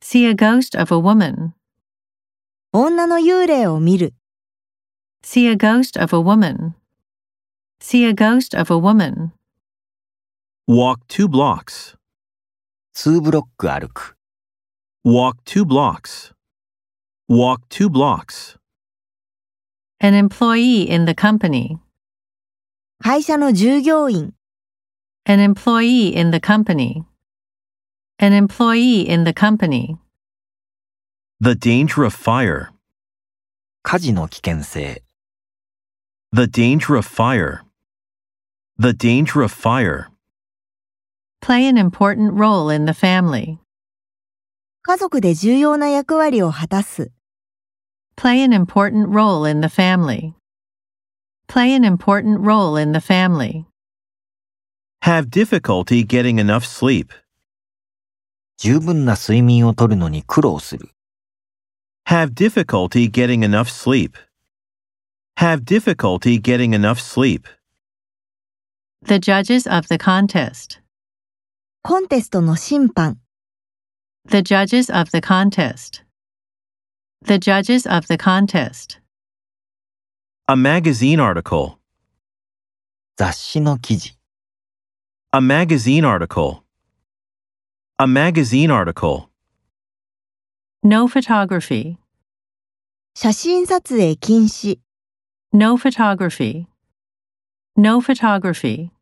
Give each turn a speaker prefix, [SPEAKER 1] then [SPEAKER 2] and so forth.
[SPEAKER 1] See a ghost of a woman.
[SPEAKER 2] 女の幽霊を見る、
[SPEAKER 1] See a ghost of a woman. See a ghost of a woman.
[SPEAKER 3] Walk two blocks.
[SPEAKER 4] 2ブロック歩く。
[SPEAKER 3] Walk two blocks. Walk two blocks.
[SPEAKER 1] An employee in the company.
[SPEAKER 2] 会社の従業員、
[SPEAKER 1] An employee in the company. An employee in the company.
[SPEAKER 3] The danger of fire.
[SPEAKER 4] 火事の危険性。
[SPEAKER 3] The danger of fire. The danger of fire.
[SPEAKER 1] Play an important role in the family.
[SPEAKER 2] 家族で重要な役割を果たす、
[SPEAKER 1] Play an important role in the family. Play an important role in the family.
[SPEAKER 3] Have difficulty getting enough sleep.
[SPEAKER 4] 十分な睡眠をとるのに苦労する。
[SPEAKER 3] Have difficulty getting enough sleep. Have difficulty getting enough sleep.
[SPEAKER 1] The judges of the contest.
[SPEAKER 2] コンテストの審判、
[SPEAKER 1] The judges of the contest. The judges of the contest.
[SPEAKER 3] A magazine article.
[SPEAKER 4] 雑誌の記事。
[SPEAKER 3] A magazine article. A magazine article.
[SPEAKER 1] No photography.
[SPEAKER 2] 写真撮影禁止。
[SPEAKER 1] No photography. No photography.